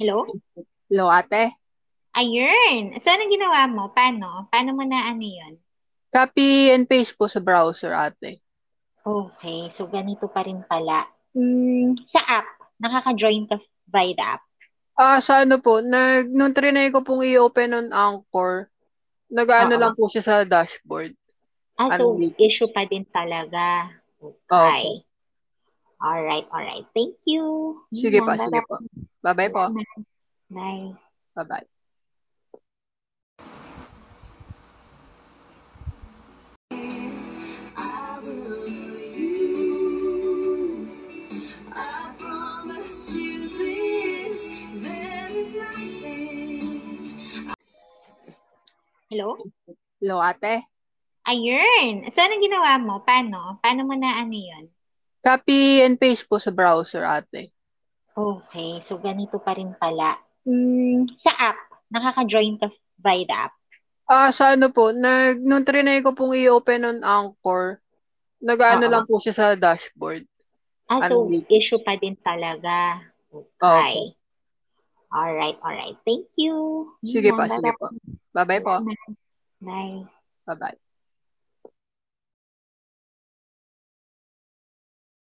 Hello? Hello, ate. Ayun! So, anong ginawa mo? Paano? Paano mo na ano yun? Copy and paste po sa browser, ate. Okay, so ganito pa rin pala. Mm, sa app, nakaka-join ka via the app. Ah, sa ano po, nag, nung trinay ko pong i-open on Anchor, nag-ano Oo. lang po siya sa dashboard. Ah, so Unmute. issue pa din talaga. Oh, Oh, Okay. Alright, alright. Thank you. Sige Yan, po, sige bye-bye. po. Bye-bye po. Bye. Bye-bye. I promise you this, there is nothing Hello? Hello, ate. Ayun! So, anong ginawa mo? Paano? Paano mo na ano yun? Copy and paste po sa browser, ate. Okay, so ganito pa rin pala. Mm, sa app, nakaka-join ka via the app. Ah, sa ano po, nag, nung trinay ko pong i-open on Anchor, nag-ano Oo. lang po siya sa dashboard. Ah, so Unmute. issue pa din talaga. Okay. Okay. Alright, alright. Thank you. Sige Yan, po, sige bye-bye. po. Bye-bye po. Bye. Bye-bye.